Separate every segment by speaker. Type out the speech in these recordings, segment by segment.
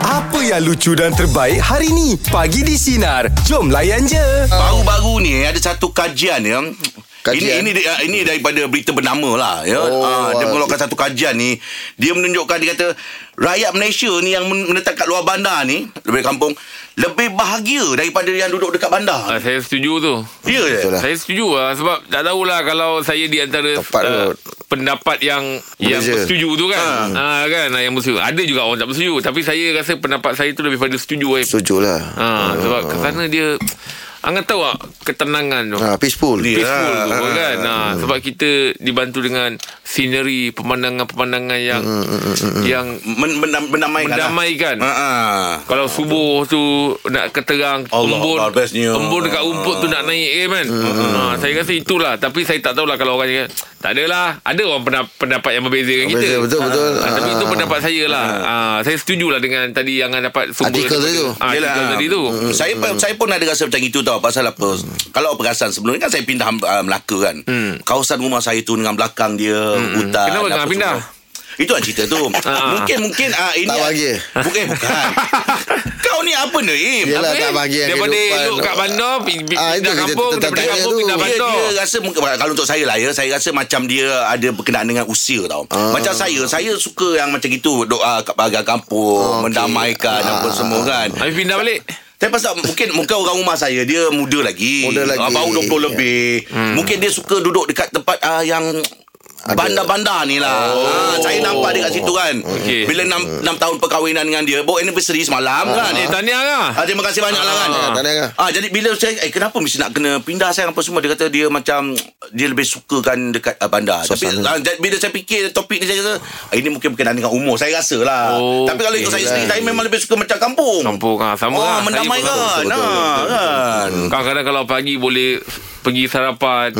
Speaker 1: Apa yang lucu dan terbaik hari ni? Pagi di Sinar. Jom layan je.
Speaker 2: Baru-baru ni eh, ada satu kajian ya. Ini
Speaker 3: Kajian?
Speaker 2: ini dia- ini daripada berita bernama lah ya.
Speaker 3: Oh,
Speaker 2: Oh, dia
Speaker 3: ah,
Speaker 2: mengeluarkan satu kajian ni, dia menunjukkan dia kata rakyat Malaysia ni yang men- menetap kat luar bandar ni, lebih kampung, lebih bahagia daripada yang duduk dekat bandar.
Speaker 4: Ah, saya setuju tu.
Speaker 2: Ya.
Speaker 3: Betul lah.
Speaker 4: Saya setuju lah sebab tak tahulah kalau saya di antara
Speaker 3: Tepat
Speaker 4: ah,
Speaker 3: kot.
Speaker 4: pendapat yang yang
Speaker 3: Berbeza.
Speaker 4: bersetuju tu kan. Ha.
Speaker 2: Ah.
Speaker 4: kan yang bersetuju. Ada juga orang tak bersetuju tapi saya rasa pendapat saya tu lebih pada setuju eh.
Speaker 3: Setuju lah
Speaker 4: Ha, sebab
Speaker 2: Ah.
Speaker 4: ke sana dia Angan tahu tak ketenangan tu.
Speaker 3: ha, Peaceful
Speaker 2: Dia.
Speaker 4: Peaceful tu
Speaker 2: Ah,
Speaker 4: kan. Ha, sebab kita dibantu dengan scenery, pemandangan-pemandangan yang
Speaker 2: Mm,
Speaker 4: yang kan?
Speaker 2: Men- mendam- mendamaikan. lah.
Speaker 4: mendamaikan.
Speaker 2: Ha ah.
Speaker 4: Kalau subuh tu nak keterang
Speaker 2: Allah
Speaker 4: embun
Speaker 2: Allah, bestnya.
Speaker 4: embun dekat rumput tu
Speaker 3: Ah.
Speaker 4: nak naik kan man. Ha, saya rasa itulah tapi saya tak tahulah kalau orang cakap tak adalah. Ada orang pendapat, pendapat yang berbeza dengan kita.
Speaker 3: Betul, betul, betul.
Speaker 4: Ha, tapi itu
Speaker 3: Ah.
Speaker 4: pendapat saya lah. Ha, saya setujulah dengan tadi yang Angah dapat sumber
Speaker 3: Artikel tadi tu.
Speaker 4: daripada- Ah,
Speaker 2: Yelah,
Speaker 4: Artikel tadi tu.
Speaker 2: mm, saya pun saya pun ada rasa macam itu tau pasal apa kalau perasan sebelum ni kan saya pindah uh, Melaka kan kawasan rumah saya tu dengan belakang dia hutan
Speaker 4: Hmm.
Speaker 2: apa
Speaker 4: Kenapa kau
Speaker 2: semua.
Speaker 4: pindah? Ah,
Speaker 2: itu kan cerita tu mungkin mungkin uh, ini
Speaker 3: Tak bahagia.
Speaker 2: bukan bukan kau ni apa ni Im
Speaker 3: Yelah
Speaker 4: Apa?
Speaker 3: tak bahagia
Speaker 4: Daripada elok kat bandar pi- pi-
Speaker 3: Ah, itu
Speaker 4: Pindah
Speaker 3: kita
Speaker 4: kampung
Speaker 3: tetap
Speaker 4: Daripada
Speaker 3: tanya
Speaker 4: kampung
Speaker 3: tu.
Speaker 4: pindah
Speaker 2: dia,
Speaker 4: bandar
Speaker 2: dia rasa muka- Kalau untuk saya lah ya Saya rasa macam dia Ada berkenaan dengan usia tau
Speaker 3: Ah.
Speaker 2: Macam saya Saya suka yang macam gitu Doa kat bahagian kampung
Speaker 3: Oh, okey. ah,
Speaker 2: Mendamaikan Apa semua kan
Speaker 4: Habis pindah balik
Speaker 2: Tapi pasal mungkin mungkin orang rumah saya dia muda lagi.
Speaker 3: Muda lagi.
Speaker 2: Ah, baru 20 lebih. Hmm. Mungkin dia suka duduk dekat tempat ah, yang bandar-bandar ni lah. Oh. Ha, saya nampak dia kat situ kan.
Speaker 4: Okey.
Speaker 2: Bila 6, 6 tahun perkahwinan dengan dia, bawa anniversary semalam kan.
Speaker 4: Eh
Speaker 2: Dia tak
Speaker 4: tahniah lah
Speaker 2: Ah, terima kasih banyak lah kan
Speaker 3: Ah, tak ada kan?
Speaker 2: ah, Jadi bila saya Eh kenapa mesti nak kena Pindah saya apa semua Dia kata dia macam Dia lebih sukakan Dekat ah, bandar Tapi
Speaker 3: Suasana.
Speaker 2: ah, jadi bila saya fikir Topik ni saya kata ah, Ini mungkin berkenaan dengan umur Saya rasa lah
Speaker 4: Oh,
Speaker 2: Tapi kalau ikut saya sendiri Saya memang lebih suka macam kampung
Speaker 4: Kampung ah, sama
Speaker 2: Oh,
Speaker 4: lah. Saya
Speaker 2: mendamai
Speaker 4: pun sama.
Speaker 2: kan.
Speaker 4: Betul, betul,
Speaker 2: Nah, kan.
Speaker 4: Kadang-kadang kalau pagi boleh pergi sarapan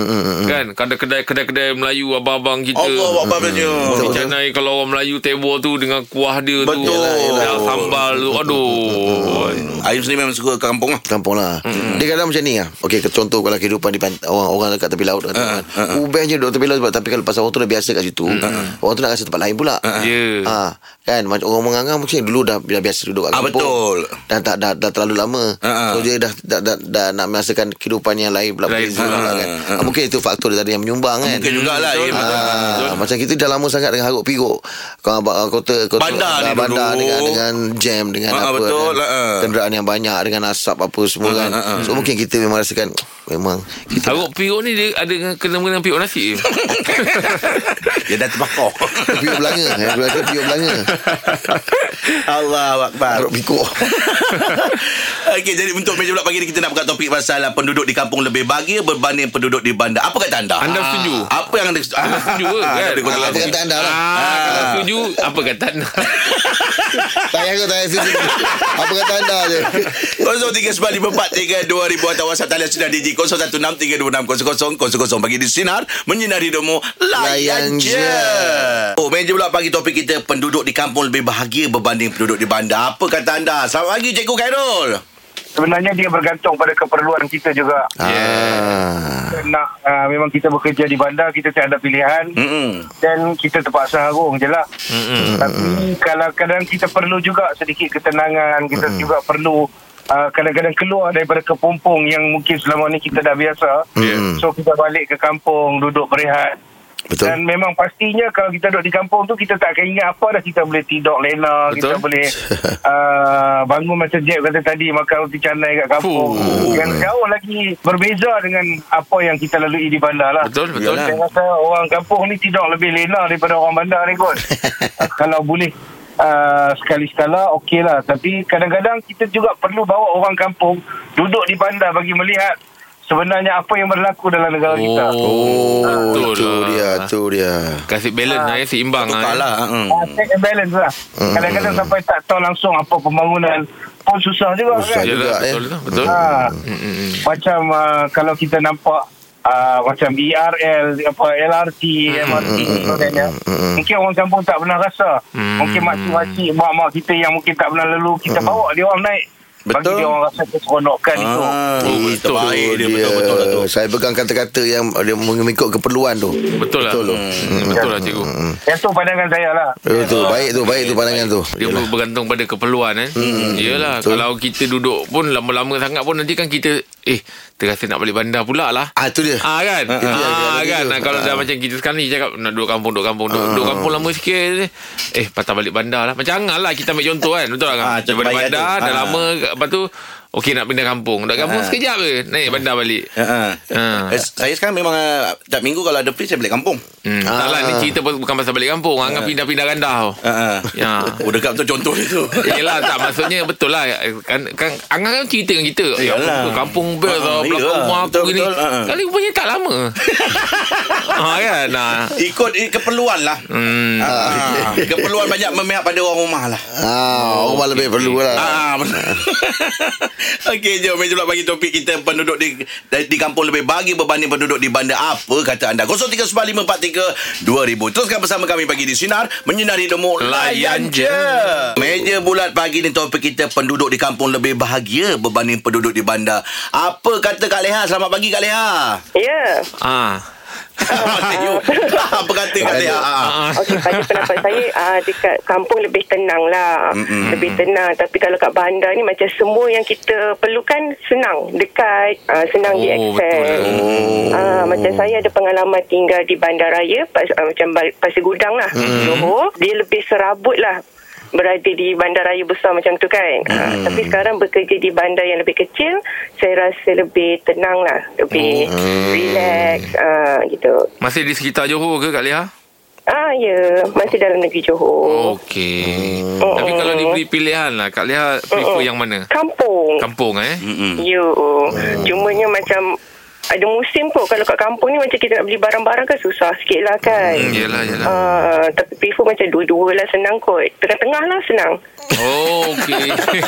Speaker 4: kan kada kedai kedai-kedai Melayu abang-abang kita
Speaker 2: Allah buat babanya.
Speaker 4: Rencanai kalau orang Melayu tebor tu dengan kuah dia tu.
Speaker 2: Betul.
Speaker 4: Dan sambal tu. Aduh.
Speaker 2: Ayam sendiri memang suka ke kampung lah.
Speaker 3: Kampung lah mm-hmm. Dia kadang macam ni lah Okey contoh kalau kehidupan di pant- Orang-orang dekat tepi laut uh, uh, Ubah je duduk tepi laut sebab, Tapi kalau pasal orang tu dah biasa kat situ uh, Orang tu nak rasa tempat lain pula
Speaker 4: Ya.
Speaker 3: Ah, Kan macam orang mengangang Mungkin dulu dah, dah biasa duduk kat
Speaker 2: Ah,
Speaker 3: kampung
Speaker 2: betul.
Speaker 3: Dan tak, dah, dah terlalu lama
Speaker 2: ah.
Speaker 3: So dia dah, dah, dah, dah nak merasakan kehidupan yang lain pula
Speaker 4: Lain
Speaker 3: Beza
Speaker 4: pula.
Speaker 3: pula kan Ah, Mungkin itu faktor dia tadi yang menyumbang kan
Speaker 2: Mungkin jugalah.
Speaker 4: Hmm, betul.
Speaker 2: Im.
Speaker 3: Ah, macam kita dah lama sangat dengan haruk piruk kau abang kota kota
Speaker 2: Bandar ni
Speaker 3: bandar
Speaker 2: dulu.
Speaker 3: dengan dengan jam dengan
Speaker 2: Ah, ah,
Speaker 3: apa
Speaker 2: betul
Speaker 3: dengan
Speaker 2: lah, ah.
Speaker 3: kenderaan yang banyak dengan asap apa semua kan so mungkin kita memang rasakan memang kita
Speaker 4: Haruk piruk ni dia ada dengan- kena mengena piruk nasi. ke?
Speaker 2: Dia dah terbakar.
Speaker 3: Piuk belanga eh, Belanga piuk belanga
Speaker 2: Allah Akbar.
Speaker 3: Haruk pikuk
Speaker 2: Okey, jadi untuk meja pula pagi ni kita nak buka topik pasal ah, penduduk di kampung lebih bahagia berbanding penduduk di bandar. Apa kata anda?
Speaker 4: Anda
Speaker 2: Ah.
Speaker 4: setuju?
Speaker 2: Apa yang anda setuju? Anda
Speaker 4: setuju ke, kan?
Speaker 3: Ah, Apa kata anda lah
Speaker 4: Ah, kalau setuju apa kata anda?
Speaker 3: Tak payah kau tak payah setuju Apa kata anda je
Speaker 2: 0395432000 atau WhatsApp talian sinar DJ 0163260000 bagi di sinar menyinari hidupmu layan
Speaker 3: Layan
Speaker 2: je.
Speaker 3: je.
Speaker 2: Oh, meja pula pagi topik kita penduduk di kampung lebih bahagia berbanding penduduk di bandar. Apa kata anda? Selamat pagi Cikgu Khairul.
Speaker 5: sebenarnya dia bergantung pada keperluan kita juga.
Speaker 3: Ah,
Speaker 5: Kita Nak uh, memang kita bekerja di bandar kita tak ada pilihan
Speaker 2: Hmm.
Speaker 5: dan kita terpaksa harung je lah. Tapi kalau kadang kita perlu juga sedikit ketenangan, kita juga perlu uh, kadang-kadang keluar daripada kepompong yang mungkin selama ni kita dah biasa.
Speaker 3: Mm-mm.
Speaker 5: So kita balik ke kampung, duduk berehat.
Speaker 3: Betul.
Speaker 5: Dan memang pastinya kalau kita duduk di kampung tu kita tak akan ingat apa dah kita boleh tidur lena,
Speaker 4: Betul.
Speaker 5: kita boleh uh, bangun macam Jeb kata tadi makan roti canai kat kampung.
Speaker 4: Fuh.
Speaker 5: Yang jauh lagi berbeza dengan apa yang kita lalui di bandar lah.
Speaker 4: Betul, betul.
Speaker 5: Saya rasa orang kampung ni tidur lebih lena daripada orang bandar ni kot. Ah, kalau boleh Uh, sekali-sekala okey lah tapi kadang-kadang kita juga perlu bawa orang kampung duduk di bandar bagi melihat sebenarnya apa yang berlaku dalam negara kita
Speaker 3: Oh
Speaker 4: betul
Speaker 3: Itu
Speaker 4: lah.
Speaker 3: dia Itu dia
Speaker 4: Kasih balance lah, ya, seimbang lah.
Speaker 2: Tukar
Speaker 4: ya.
Speaker 2: lah. Hmm.
Speaker 5: Ah, check and balance lah.
Speaker 3: Mm-hmm.
Speaker 5: Kadang-kadang sampai tak tahu langsung apa pembangunan pun susah juga
Speaker 3: Susah
Speaker 5: kan.
Speaker 3: juga.
Speaker 2: lah,
Speaker 4: Yelah,
Speaker 3: eh.
Speaker 4: betul, betul, betul.
Speaker 2: Ah.
Speaker 5: Ha. Macam ah, kalau kita nampak ah, macam BRL, apa LRT,
Speaker 3: Mm-hmm.
Speaker 5: MRT dan sebagainya. kan, ya. Mungkin orang kampung
Speaker 3: Mm-hmm.
Speaker 5: tak pernah rasa. Mungkin makcik-makcik, mak-mak kita yang mungkin tak pernah lalu, kita bawa dia orang naik Bagi
Speaker 3: Betul.
Speaker 5: dia orang rasa keseronokan itu.
Speaker 2: Ah,
Speaker 4: Oh,
Speaker 2: itu
Speaker 4: betul
Speaker 2: baik dia lah
Speaker 3: dia.
Speaker 2: betul betul betul.
Speaker 3: Saya pegang kata-kata yang dia mengikut keperluan tu.
Speaker 4: Betul lah.
Speaker 3: Betul tu.
Speaker 4: Hmm, Betul lah cikgu.
Speaker 5: Yang tu pandangan saya lah.
Speaker 3: Eh, tu baik tu, baik tu pandangan tu.
Speaker 4: Ya. Dia perlu bergantung pada keperluan eh. Hmm, Yelah
Speaker 3: betul.
Speaker 4: Kalau kita duduk pun Lama-lama sangat pun Nanti kan kita Eh Terasa nak balik bandar pula lah
Speaker 3: Ah tu dia.
Speaker 4: Ah kan
Speaker 3: Itu dia, dia
Speaker 4: Ah
Speaker 3: lagi
Speaker 4: kan
Speaker 3: tu.
Speaker 4: Ah, Kalau
Speaker 3: Ah.
Speaker 4: dah macam kita sekarang ni Cakap nak duduk kampung Duduk kampung Duduk, duduk kampung lama sikit Eh patah balik bandar lah Macam Angah lah Kita ambil contoh kan Betul lah kan
Speaker 2: Ah, contoh
Speaker 4: Daripada
Speaker 2: baik
Speaker 4: bandar
Speaker 2: tu.
Speaker 4: Dah
Speaker 2: Ah.
Speaker 4: lama Lepas tu Okey nak pindah kampung Duduk kampung
Speaker 2: Ah.
Speaker 4: sekejap je Naik bandar balik
Speaker 2: Ha.
Speaker 4: Ah.
Speaker 2: Eh, Saya sekarang memang ah, tiap minggu kalau ada free saya balik kampung.
Speaker 4: Hmm. Tak lah ni cerita pun bukan pasal balik kampung Angah pindah-pindah randau
Speaker 2: Ha.
Speaker 4: Ya.
Speaker 2: Oh dekat betul contoh dia tu.
Speaker 4: Yelah tak maksudnya betul lah kan, kan Angah kan cerita dengan kita Ya
Speaker 2: Yalah.
Speaker 4: apa tu, kampung
Speaker 2: Ah,
Speaker 4: bel tau Belakang
Speaker 2: yalah.
Speaker 4: rumah aku
Speaker 2: Betul,
Speaker 4: gini
Speaker 2: betul, ah.
Speaker 4: Kali rupanya tak lama Ha kan nah.
Speaker 2: Ikut eh, keperluan lah.
Speaker 4: Hmm.
Speaker 2: Ah, keperluan banyak memihak pada orang rumah lah.
Speaker 3: Ah, orang lebih perlu lah.
Speaker 2: Ah, betul. Okey, jom meja pula bagi topik kita penduduk di di kampung lebih bagi berbanding penduduk di bandar apa kata anda? 0395432000. Teruskan bersama kami pagi di sinar menyinari demo layan je. Meja bulat pagi ni topik kita penduduk di kampung lebih bahagia berbanding penduduk di bandar. Apa kata Kak Leha? Selamat pagi Kak Leha.
Speaker 6: Ya.
Speaker 4: Ah.
Speaker 2: Masih you. apa kata Kak Leha? Ah.
Speaker 4: Ah.
Speaker 6: Okey, pada pendapat saya uh, dekat kampung lebih tenang lah. Mm-mm. Lebih tenang. Tapi kalau kat bandar ni macam semua yang kita perlukan senang. Dekat, uh, senang
Speaker 4: Oh,
Speaker 6: oh, diakses.
Speaker 4: betul.
Speaker 6: Oh. Uh, macam saya ada pengalaman tinggal di bandaraya, pas, uh, macam Bal- Pasir Gudang lah. Mm. Johor. Dia lebih serabut lah berada di bandaraya besar macam tu kan. Hmm. tapi sekarang bekerja di bandar yang lebih kecil, saya rasa lebih tenang lah, lebih relax uh, gitu.
Speaker 4: Masih di sekitar Johor ke Kak Leah?
Speaker 6: Ah ya, masih dalam negeri
Speaker 4: Oh.
Speaker 6: Johor.
Speaker 4: Okey.
Speaker 6: Oh.
Speaker 4: Tapi kalau diberi pilihan lah Kak Leah prefer yang mana?
Speaker 6: Kampung.
Speaker 4: Kampung eh?
Speaker 3: Hmm.
Speaker 2: Mm-mm.
Speaker 6: Ya.
Speaker 4: Oh.
Speaker 6: Cumanya macam ada musim kot kalau kat kampung ni macam kita nak beli barang-barang kan susah sikit lah kan.
Speaker 4: Hmm, yelah, yelah.
Speaker 6: Ah, tapi prefer macam dua-dua lah senang kot. Tengah-tengah lah senang.
Speaker 4: Oh, okey.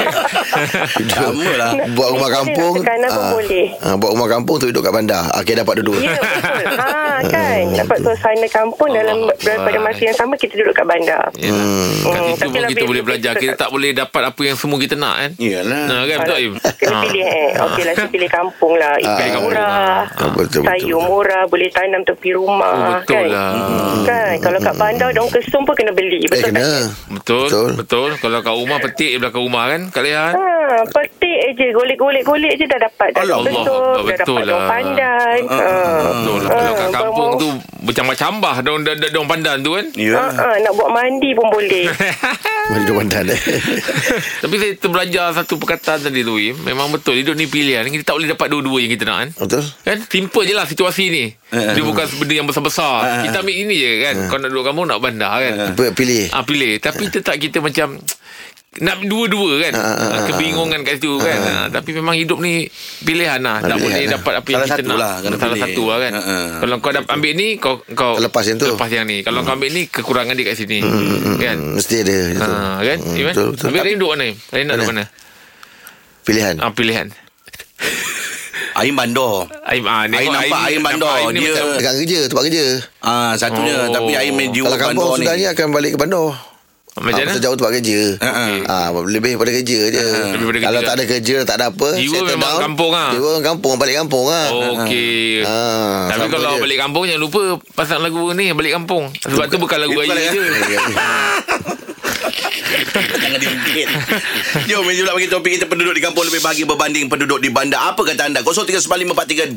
Speaker 2: Sama lah.
Speaker 3: Ah, Buat rumah
Speaker 6: Boleh lah,
Speaker 3: kampung.
Speaker 6: tekanan pun boleh.
Speaker 3: ah, buat rumah kampung tu duduk kat bandar. Ah, Okey dapat duduk.
Speaker 6: Ya betul. ah, kan. Dapat suasana kampung dalam
Speaker 4: Allah
Speaker 6: pada masa yang sama kita duduk kat bandar.
Speaker 4: Yelah. Ya.
Speaker 2: Mm.
Speaker 4: Kat
Speaker 6: Hmm,
Speaker 4: situ
Speaker 6: tapi
Speaker 4: pun kita
Speaker 6: lebih-
Speaker 4: boleh
Speaker 6: lebih
Speaker 4: belajar Kita
Speaker 6: dekat-
Speaker 4: tak boleh dapat apa yang semua kita nak kan?
Speaker 2: Iyalah.
Speaker 4: Nah, kan betul Im?
Speaker 6: Kena
Speaker 4: Ah.
Speaker 6: pilih eh. Okey lah, saya pilih kampung lah. Ikan
Speaker 4: Pilih kampung.
Speaker 6: murah.
Speaker 3: Ah, betul, betul,
Speaker 6: sayur
Speaker 3: betul.
Speaker 6: murah. Boleh tanam tepi rumah.
Speaker 4: Oh, betul
Speaker 6: kan?
Speaker 4: lah.
Speaker 6: Kan? Kalau kat bandar, daun kesum pun kena beli.
Speaker 3: Hmm. Eh
Speaker 6: Betul tak?
Speaker 3: kena.
Speaker 4: Betul, betul.
Speaker 3: Betul.
Speaker 4: Betul. Kalau kat rumah petik je belakang rumah kan, Kak Leah. kan?
Speaker 6: Ha, petik je Golek-golek-golek je dah dapat Dah
Speaker 2: Alah,
Speaker 6: dapat betul
Speaker 4: Allah,
Speaker 6: Dah
Speaker 4: betul
Speaker 6: dapat daun
Speaker 4: lah.
Speaker 6: pandan
Speaker 3: Ah,
Speaker 6: ha.
Speaker 4: Betul lah. Kalau kat kampung tu bercambah-cambah daun daun, daun pandan tu kan.
Speaker 6: Ha,
Speaker 2: Ya.
Speaker 6: ha, nak buat mandi pun boleh
Speaker 3: Mari duduk bandar eh.
Speaker 4: Tapi saya terbelajar satu perkataan tadi tu Im. Memang betul hidup ni pilihan. Kita tak boleh dapat dua-dua yang kita nak kan.
Speaker 3: Betul?
Speaker 4: Kan simple je lah situasi ni Dia bukan benda yang besar-besar Kita ambil ini je kan Kau nak duduk kampung Nak bandar kan
Speaker 3: Apa- Pilih.
Speaker 4: Ah pilih Tapi tetap kita macam nak dua-dua kan
Speaker 3: ah, ah,
Speaker 4: Kebingungan kat situ kan ah, Tapi memang hidup ni Pilihan lah
Speaker 3: Pilihan
Speaker 4: Tak boleh
Speaker 3: lah.
Speaker 4: dapat apa yang
Speaker 2: Salah
Speaker 4: kita
Speaker 2: satu
Speaker 4: nak
Speaker 2: lah, kena
Speaker 4: Salah
Speaker 2: pilih.
Speaker 4: satu lah kan
Speaker 2: Ah, ah.
Speaker 4: Kalau kau dapat ambil ni kau, kau
Speaker 3: Lepas yang tu. Hmm,
Speaker 4: Lepas yang ni Kalau kau ambil ni Kekurangan dia kat sini Kan
Speaker 3: Mesti ada gitu.
Speaker 4: Ah, kan?
Speaker 3: Hmm,
Speaker 4: Iman?
Speaker 3: Betul betul.
Speaker 4: Habis Rin duduk mana? Rin nak duduk mana?
Speaker 3: Mana? Pilihan.
Speaker 4: Ah, pilihan.
Speaker 2: Air bandar.
Speaker 4: Aim, ah,
Speaker 2: Air
Speaker 4: tengok
Speaker 2: nampak
Speaker 4: ni-
Speaker 2: air bandar.
Speaker 4: nampak Aim ni
Speaker 2: Dia
Speaker 4: macam-
Speaker 3: Dekat kerja, tempat kerja.
Speaker 2: Ah, satunya
Speaker 4: Oh.
Speaker 2: oh. tapi air main jiwa
Speaker 3: Kalau kampung
Speaker 2: bandar
Speaker 3: sudahnya akan balik ke bandar. Ah,
Speaker 4: Macam mana?
Speaker 3: pasal jauh tempat kerja.
Speaker 2: Ah, ah.
Speaker 3: Ah, lebih pada kerja je.
Speaker 4: Ah, lebih pada
Speaker 3: Kalau
Speaker 4: kerja.
Speaker 3: tak ada kerja, tak ada apa.
Speaker 4: Jiwa
Speaker 3: settle
Speaker 4: memang kampung ah. Oh,
Speaker 3: Jiwa orang kampung, balik kampung ah.
Speaker 4: Okey.
Speaker 3: Ah,
Speaker 4: Tapi
Speaker 3: sama
Speaker 4: kalau
Speaker 3: je.
Speaker 4: balik kampung jangan lupa pasang lagu ni balik kampung. Sebab tu bukan lagu
Speaker 2: Bukan
Speaker 4: raya
Speaker 2: lagu-
Speaker 4: je.
Speaker 2: Jangan diungkit Jom meja pula bagi topik kita Penduduk di kampung lebih bahagia Berbanding penduduk di bandar Apa kata anda 0395432000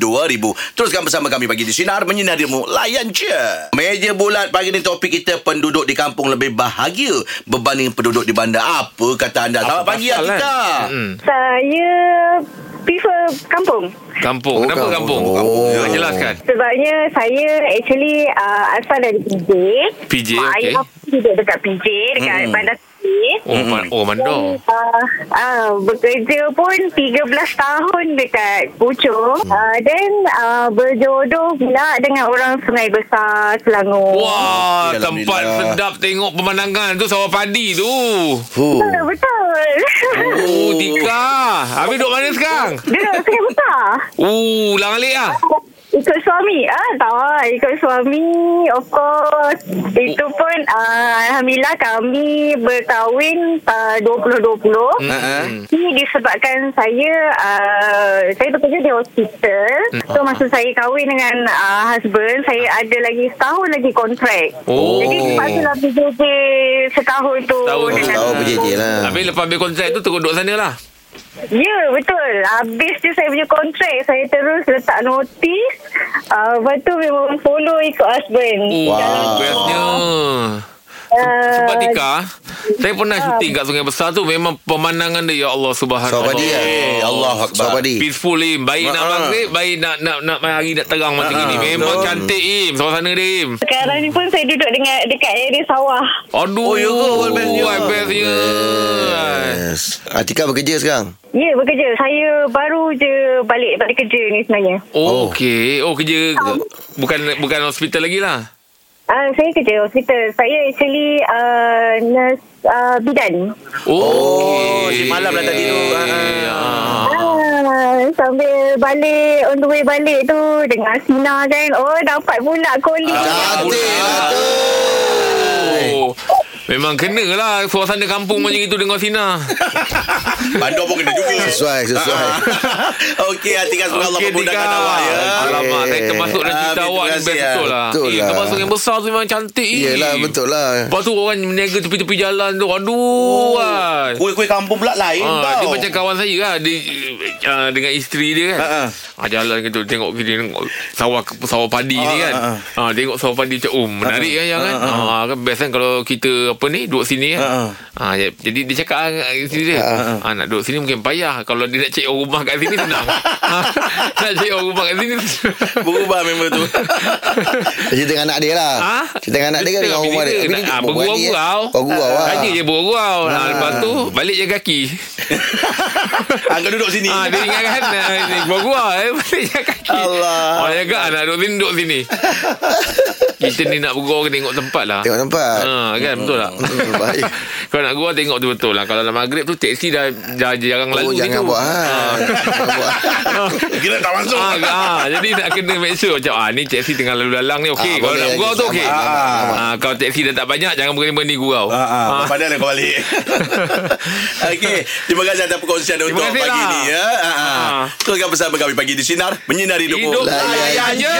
Speaker 2: Teruskan bersama kami Bagi di Sinar Menyinari mu Layan je Meja bulat pagi ni topik kita Penduduk di kampung lebih bahagia Berbanding penduduk di bandar Apa kata anda Selamat pagi
Speaker 4: pasal,
Speaker 2: Atika
Speaker 4: Hmm.
Speaker 7: Saya prefer kampung.
Speaker 4: Kampung.
Speaker 3: Oh,
Speaker 4: Kenapa
Speaker 3: kampung.
Speaker 4: kampung? kampung.
Speaker 3: Oh.
Speaker 4: jelaskan.
Speaker 7: Sebabnya saya actually uh, asal dari PJ.
Speaker 4: PJ, okey.
Speaker 7: Mak
Speaker 4: Hmm.
Speaker 7: ayah aku duduk dekat PJ, dekat mm. bandar PJ.
Speaker 4: Oh, man, oh mandor.
Speaker 7: Dan, Uh, uh, bekerja pun 13 tahun dekat Puchong uh, Then uh, berjodoh pula dengan orang Sungai Besar, Selangor
Speaker 4: Wah,
Speaker 3: Alhamdulillah.
Speaker 4: tempat sedap tengok pemandangan tu sawah padi tu.
Speaker 3: Fuh.
Speaker 7: Betul, betul
Speaker 4: Oh, Tika. Habis duduk mana sekarang?
Speaker 7: Duduk Sungai Besar
Speaker 4: Oh, lang alik ah.
Speaker 7: Ikut suami ah tak ikut suami of course itu pun ah, alhamdulillah kami berkahwin ah, 2020
Speaker 2: Uh-uh.
Speaker 4: Hmm.
Speaker 7: Ini disebabkan saya uh, saya bekerja di hospital. So masa saya kahwin dengan uh, husband, saya ada lagi setahun lagi kontrak.
Speaker 4: Oh.
Speaker 7: Jadi sepatutlah PJJ setahun tu.
Speaker 4: Setahun
Speaker 7: dengan-
Speaker 4: tu.
Speaker 3: Tahu PJJ lah
Speaker 4: Habis lepas ambil kontrak tu Terus duduk sana lah
Speaker 7: Ya betul Habis je saya punya kontrak Saya terus letak notis uh, Lepas tu memang follow ikut husband
Speaker 4: Wah Bestnya Eh, Uh, Sebab
Speaker 7: uh,
Speaker 4: Tika Saya pernah syuting kat Sungai Besar tu Memang pemandangan dia Ya Allah Subhanallah
Speaker 3: Sahabat dia
Speaker 2: Eh, Allah Akbar.
Speaker 3: Sahabat dia
Speaker 4: Peaceful Im Baik nak maghrib Baik nak nak nak hari nak terang macam
Speaker 2: Ah,
Speaker 4: ni Memang
Speaker 2: betul.
Speaker 4: cantik Im Suasana dia Im
Speaker 7: Sekarang ni pun saya duduk dengan dekat area sawah
Speaker 4: Aduh
Speaker 2: Oh, ya ke? Wild bestnya.
Speaker 4: Wild bestnya.
Speaker 3: Yes. Atika bekerja sekarang
Speaker 7: Ya bekerja Saya baru je balik balik kerja ni sebenarnya
Speaker 4: Oh, Okey Oh kerja Bukan bukan hospital lagi lah
Speaker 7: uh, Saya kerja hospital Saya actually uh, nurse uh, bidan
Speaker 4: Oh,
Speaker 2: si malam lah tadi tu. Ah.
Speaker 4: Ah.
Speaker 7: Ah, sambil balik on the way balik tu dengan Sina kan oh dapat pula calling
Speaker 4: Ah,
Speaker 3: Cantik lah tu
Speaker 4: Oh. Memang kena lah Suasana kampung macam itu Dengan Sina
Speaker 2: Bandar pun kena juga.
Speaker 3: Sesuai Sesuai
Speaker 4: Ah,
Speaker 2: Okey, Atika semoga Allah
Speaker 4: Okey,
Speaker 2: memudahkan
Speaker 4: Tika.
Speaker 2: awak ya.
Speaker 4: Alamak Saya termasuk dalam
Speaker 2: Ah,
Speaker 4: cerita
Speaker 2: terima
Speaker 4: awak ni
Speaker 2: kasih,
Speaker 4: Best
Speaker 2: ah.
Speaker 4: betul lah
Speaker 3: Betul
Speaker 4: Eh,
Speaker 3: lah.
Speaker 4: Termasuk yang besar tu Memang cantik eh.
Speaker 3: Yelah betul lah
Speaker 4: Lepas tu orang meniaga tepi-tepi jalan tu
Speaker 2: Oh.
Speaker 4: Aduh kan
Speaker 2: Kuih-kuih kampung pula lain
Speaker 4: Ha,
Speaker 2: tau.
Speaker 4: dia macam kawan saya lah dia, uh, Dengan isteri dia kan
Speaker 2: Ha, ha.
Speaker 4: ha, Jalan gitu Tengok kiri tengok Sawah, sawah padi
Speaker 2: Ha,
Speaker 4: ni kan
Speaker 2: ha,
Speaker 4: ha, Tengok sawah padi macam Oh menarik kan yang kan ha, kan Best kan kalau kita Apa ni Duduk sini
Speaker 2: Ha,
Speaker 4: kan ha, ya- Jadi dia cakap ah, dengan isteri dia ha, Nak duduk sini mungkin payah Kalau dia nak cek orang rumah kat sini Senang ha, Nak cek orang rumah kat sini
Speaker 2: Berubah memang tu.
Speaker 3: Cerita dengan anak dia lah
Speaker 4: Ha?
Speaker 3: Cerita dengan anak dia kan Dengan
Speaker 4: Tengok
Speaker 3: rumah
Speaker 4: bini
Speaker 3: dia
Speaker 4: dia. Ah, bergurau-gurau.
Speaker 3: Kau gurau lah
Speaker 4: Tanya je bergurau ha, Lepas tu Balik je kaki
Speaker 2: Ah, kau duduk sini.
Speaker 4: Ah, dia ingatkan ah, ni gua eh balik je kaki. Oh,
Speaker 2: Allah.
Speaker 4: Orang jaga anak duduk sini duduk sini. Kita ni nak bergurau kena tengok tempat lah.
Speaker 3: Tengok tempat
Speaker 4: Ha, kan betul tak?
Speaker 3: Hmm, baik.
Speaker 4: Kau nak gua tengok tu betul lah. Kalau dalam maghrib tu teksi dah, dah jarang
Speaker 3: Oh
Speaker 4: lalu
Speaker 3: jangan
Speaker 4: gitu.
Speaker 3: buat ah. hal Jangan buat hal.
Speaker 2: Kira tak masuk.
Speaker 4: Ah, ah, jadi nak kena make sure macam ah ni teksi tengah lalu lalang ni
Speaker 3: Ah,
Speaker 4: okey. kalau
Speaker 3: boleh,
Speaker 4: nak gurau tu
Speaker 3: sama,
Speaker 4: okey.
Speaker 3: sama, sama.
Speaker 4: Ah, kalau teksi dah tak banyak jangan berani-berani gurau.
Speaker 2: Ah, ah,
Speaker 4: Ah.
Speaker 2: Padahal kau balik Okey Terima kasih atas perkongsian
Speaker 4: Terima
Speaker 2: Untuk
Speaker 4: kasih
Speaker 2: pagi
Speaker 4: lah.
Speaker 2: ni ya. Ah, ah.
Speaker 4: Ah.
Speaker 2: Teruskan bersama kami Pagi di Sinar Menyinari
Speaker 4: Hidup
Speaker 2: Hidup
Speaker 4: layan je.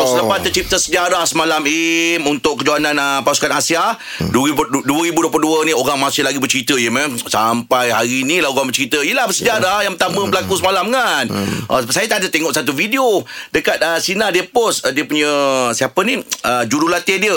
Speaker 2: Oh. Selepas tercipta sejarah semalam Im Untuk kejohanan uh, pasukan Asia 2000 2022 ni orang masih lagi bercerita ya mem. Sampai hari ni lah orang bercerita Yelah bersejarah yang pertama berlaku semalam kan uh, Saya tak ada tengok satu video Dekat uh, Sina dia post uh, Dia punya siapa ni uh, Jurulatih dia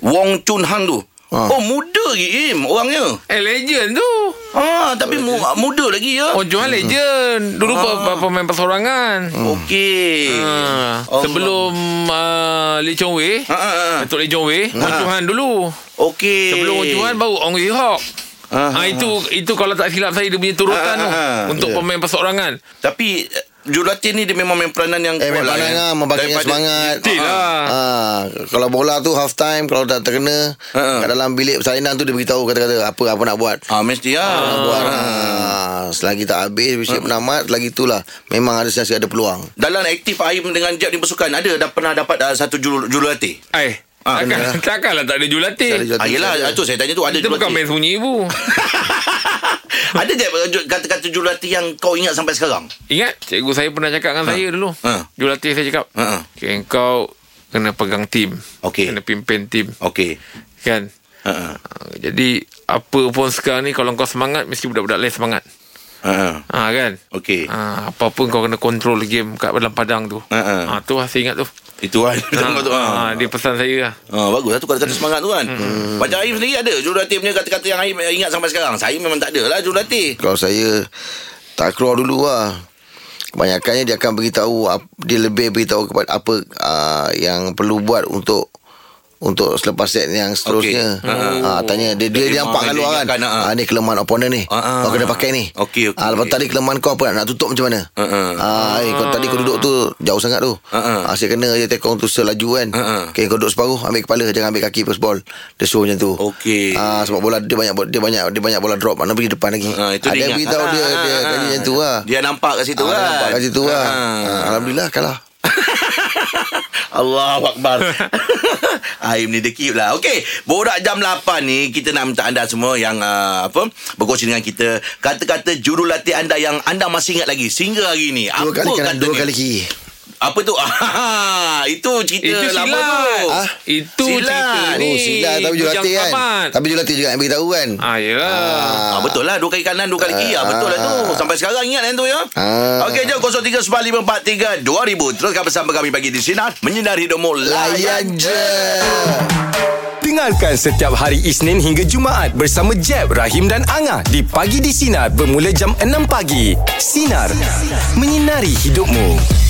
Speaker 2: Wong Chun Han tu Oh muda lagi Im orangnya
Speaker 4: Eh legend tu.
Speaker 2: ah, Tapi mu, muda lagi ya
Speaker 4: Oh Johan legend. Dulu pe- pe- pemain persorangan.
Speaker 2: Okey
Speaker 4: Oh, Ah,
Speaker 2: Allah.
Speaker 4: sebelum uh, Lee Chong Wei
Speaker 2: Ah, ah, ah.
Speaker 4: Datuk Lee Chong Wei Wong Chun Han dulu
Speaker 2: Okey
Speaker 4: Sebelum Wong Chun Han baru Ong Yi Hawk
Speaker 2: Ah,
Speaker 4: Ha, itu itu kalau tak silap saya dia punya turutan
Speaker 2: Ah, ah,
Speaker 4: tu
Speaker 2: ah.
Speaker 4: untuk pemain perseorangan.
Speaker 2: Tapi eh, Julatin ni dia memang main peranan yang
Speaker 3: Eh memang lah, lah Membangkitkan
Speaker 2: Daripada-
Speaker 3: semangat
Speaker 4: Betul lah.
Speaker 3: ha, Kalau bola tu half time Kalau tak terkena
Speaker 2: Ha.
Speaker 3: Kat dalam bilik persalinan tu Dia beritahu kata-kata Apa apa nak buat
Speaker 2: Ah mesti ya.
Speaker 3: Nak buat ha. Selagi tak
Speaker 2: Ha.
Speaker 3: habis Bisa penamat Lagi itulah Memang ada siasat ada peluang
Speaker 2: Dalam aktif Aim dengan Jeb ni bersukan ada dah pernah dapat uh, satu juru, jurulatih.
Speaker 4: Eh,
Speaker 2: Ah,
Speaker 4: takkan,
Speaker 2: kena.
Speaker 4: takkanlah tak ada
Speaker 3: Tak ada
Speaker 4: julatih.
Speaker 3: julatih.
Speaker 2: Ah yalah tu saya tanya tu ada
Speaker 4: Kita bukan
Speaker 2: jurulatih.
Speaker 4: main sunyi ibu.
Speaker 2: ada Jeb eh, ju- kata-kata jurulatih yang kau ingat sampai sekarang?
Speaker 4: Ingat cikgu saya pernah cakap dengan saya dulu.
Speaker 2: Ha.
Speaker 4: Julatih saya cakap,
Speaker 2: Ha, ha.
Speaker 4: okay, engkau kena pegang tim.
Speaker 2: Okey.
Speaker 4: Kena pimpin tim.
Speaker 2: Okey.
Speaker 4: Kan?
Speaker 2: Ha
Speaker 4: Ah, Jadi apa pun sekarang ni kalau kau semangat mesti budak-budak lain semangat.
Speaker 2: ha.
Speaker 4: Ha kan?
Speaker 2: Okey.
Speaker 4: Ha, apa pun kau kena control game kat dalam padang tu.
Speaker 2: Ha, ha.
Speaker 4: Ha tu lah saya ingat tu.
Speaker 2: Itu kan
Speaker 4: Ha,
Speaker 2: tengok tu.
Speaker 4: ha,
Speaker 2: Ha.
Speaker 4: dia pesan saya lah.
Speaker 2: Ha, bagus lah tu kata-kata semangat tu kan hmm. Macam Aim sendiri ada Jurulatih punya kata-kata yang Aim ingat sampai sekarang Saya memang tak ada lah jurulatih
Speaker 3: Kalau saya tak keluar dulu lah Kebanyakannya dia akan beritahu ap- Dia lebih beritahu kepada apa uh, Yang perlu buat untuk untuk selepas set yang seterusnya
Speaker 2: Okey.
Speaker 3: ha, Tanya Dia, dia,
Speaker 2: Jadi,
Speaker 3: dia
Speaker 2: memang
Speaker 3: nampak kat
Speaker 2: dia
Speaker 3: luar kan
Speaker 2: ingatkan, ha.
Speaker 3: ha, Ni kelemahan opponent ni
Speaker 2: Ha, ha.
Speaker 3: Kau kena pakai ni
Speaker 2: Okey, okey.
Speaker 3: ha, Lepas tadi kelemahan kau apa nak, nak tutup macam mana
Speaker 2: Ha, ha.
Speaker 3: ha, eh, Kau tadi kau duduk tu Jauh sangat tu
Speaker 2: Ha, ha.
Speaker 3: ha, Asyik kena je tekong tu selaju kan
Speaker 2: Ha, ha.
Speaker 3: okay, Kau duduk separuh Ambil kepala Jangan ambil kaki first ball Dia suruh macam tu
Speaker 2: Okey.
Speaker 3: ha, Sebab bola dia banyak dia banyak dia banyak bola drop Mana pergi depan lagi
Speaker 2: Ha, itu dia
Speaker 3: ada
Speaker 2: ingat.
Speaker 3: beritahu dia
Speaker 2: Ah,
Speaker 3: dia
Speaker 2: ah,
Speaker 3: kaji
Speaker 2: ah.
Speaker 3: yang tu lah.
Speaker 2: Dia nampak kat situ
Speaker 3: Ah,
Speaker 2: kan.
Speaker 3: nampak kat situ lah.
Speaker 2: Ah.
Speaker 3: Ah, Alhamdulillah kalah.
Speaker 2: Allah Akbar Aim ni dekip lah Okey Borak jam 8 ni Kita nak minta anda semua Yang uh, apa Berkongsi dengan kita Kata-kata jurulatih anda Yang anda masih ingat lagi Sehingga hari ni
Speaker 3: Dua
Speaker 2: Apa
Speaker 3: kali kanan
Speaker 2: kata
Speaker 3: Dua
Speaker 2: ni?
Speaker 3: kali kiri
Speaker 2: Apa tu Ah, Itu cerita
Speaker 4: Itu
Speaker 2: lama
Speaker 4: silat.
Speaker 2: tu
Speaker 4: Ah? Itu cerita
Speaker 2: Silat.
Speaker 4: ni.
Speaker 3: Oh silat Tapi
Speaker 4: Itu
Speaker 3: jurulatih
Speaker 4: jam
Speaker 3: kan
Speaker 4: lapan.
Speaker 3: Tapi jurulatih juga yang beritahu kan
Speaker 4: Ah, yelah.
Speaker 2: Ah, betul lah Dua kali kanan Dua kali kiri ah, Betul lah tu Sampai sekarang ingat kan tu ya
Speaker 3: Ah.
Speaker 2: Okey jom 0395432000 Teruskan bersama kami Pagi di Sinar Menyinari hidupmu
Speaker 3: Layan
Speaker 2: Layan
Speaker 3: je
Speaker 1: Dengarkan setiap hari Isnin hingga Jumaat bersama Jeb, Rahim dan Angah di Pagi di Sinar bermula jam 6 pagi. Sinar. Menyinari hidupmu.